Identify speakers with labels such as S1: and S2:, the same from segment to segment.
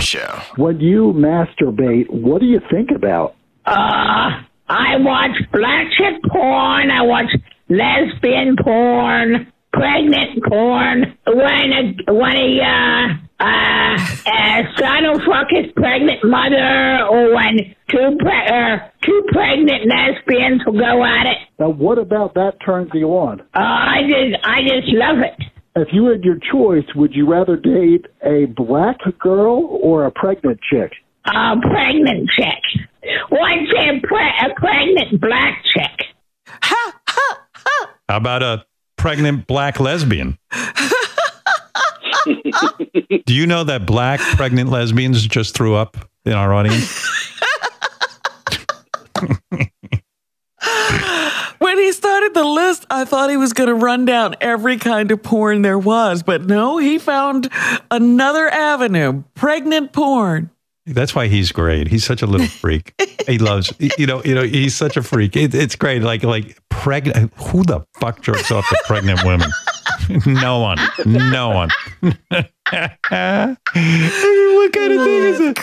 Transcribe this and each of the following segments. S1: show.
S2: When you masturbate, what do you think about?
S3: Uh, I watch black chick porn. I watch lesbian porn, pregnant porn. When a when a uh, uh, a son will fuck his pregnant mother, or when two pre- uh, two pregnant lesbians will go at it.
S2: Now, what about that turns you on?
S3: Uh, I just I just love it.
S2: If you had your choice, would you rather date a black girl or a pregnant chick?
S3: A Uh, pregnant chick. Once a, pre- a pregnant black chick.
S4: How about a pregnant black lesbian? Do you know that black pregnant lesbians just threw up in our audience?
S5: When he started the list, I thought he was going to run down every kind of porn there was, but no, he found another avenue pregnant porn.
S4: That's why he's great. He's such a little freak. He loves, you know, you know, he's such a freak. It, it's great. Like, like pregnant. Who the fuck jerks off to pregnant women? No one. No one. what kind of thing is it?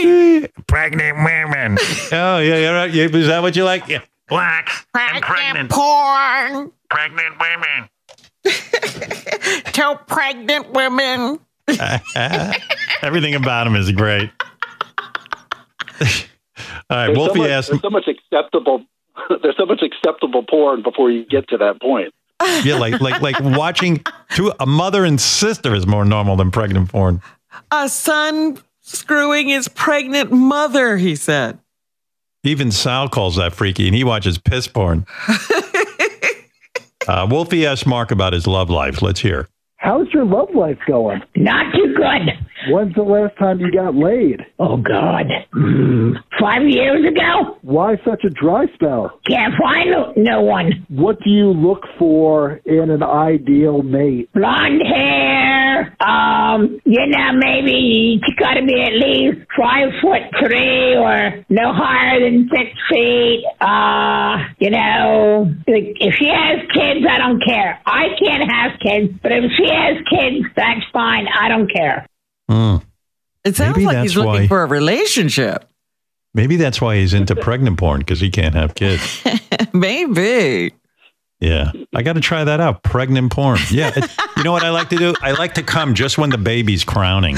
S5: Crazy.
S4: Pregnant women. Oh yeah, yeah, right. Yeah, is that what you like? Yeah. Black and pregnant.
S5: Porn
S4: Pregnant women.
S5: to pregnant women.
S4: Everything about him is great. All right,
S6: There's so,
S4: Wolfie
S6: much,
S4: asked.
S6: there's so much acceptable. There's so much acceptable porn before you get to that point.
S4: Yeah, like like like watching two a mother and sister is more normal than pregnant porn.
S5: A son screwing his pregnant mother, he said.
S4: Even Sal calls that freaky, and he watches piss porn. uh, Wolfie asked Mark about his love life. Let's hear.
S2: How's your love life going?
S3: Not too good.
S2: When's the last time you got laid?
S3: Oh God. Mm. Five years ago?
S2: Why such a dry spell?
S3: Can't find no- no one.
S2: What do you look for in an ideal mate?
S3: Blonde hair. Um, you know, maybe she gotta be at least five foot three or no higher than six feet. Uh, you know, like, if she has kids, I don't care. I can't have kids, but if she has kids, that's fine. I don't care.
S4: Hmm.
S5: It sounds
S4: Maybe
S5: like he's
S4: that's
S5: looking
S4: why-
S5: for a relationship.
S4: Maybe that's why he's into pregnant porn because he can't have kids.
S5: Maybe.
S4: Yeah, I got to try that out. Pregnant porn. Yeah, it- you know what I like to do? I like to come just when the baby's crowning.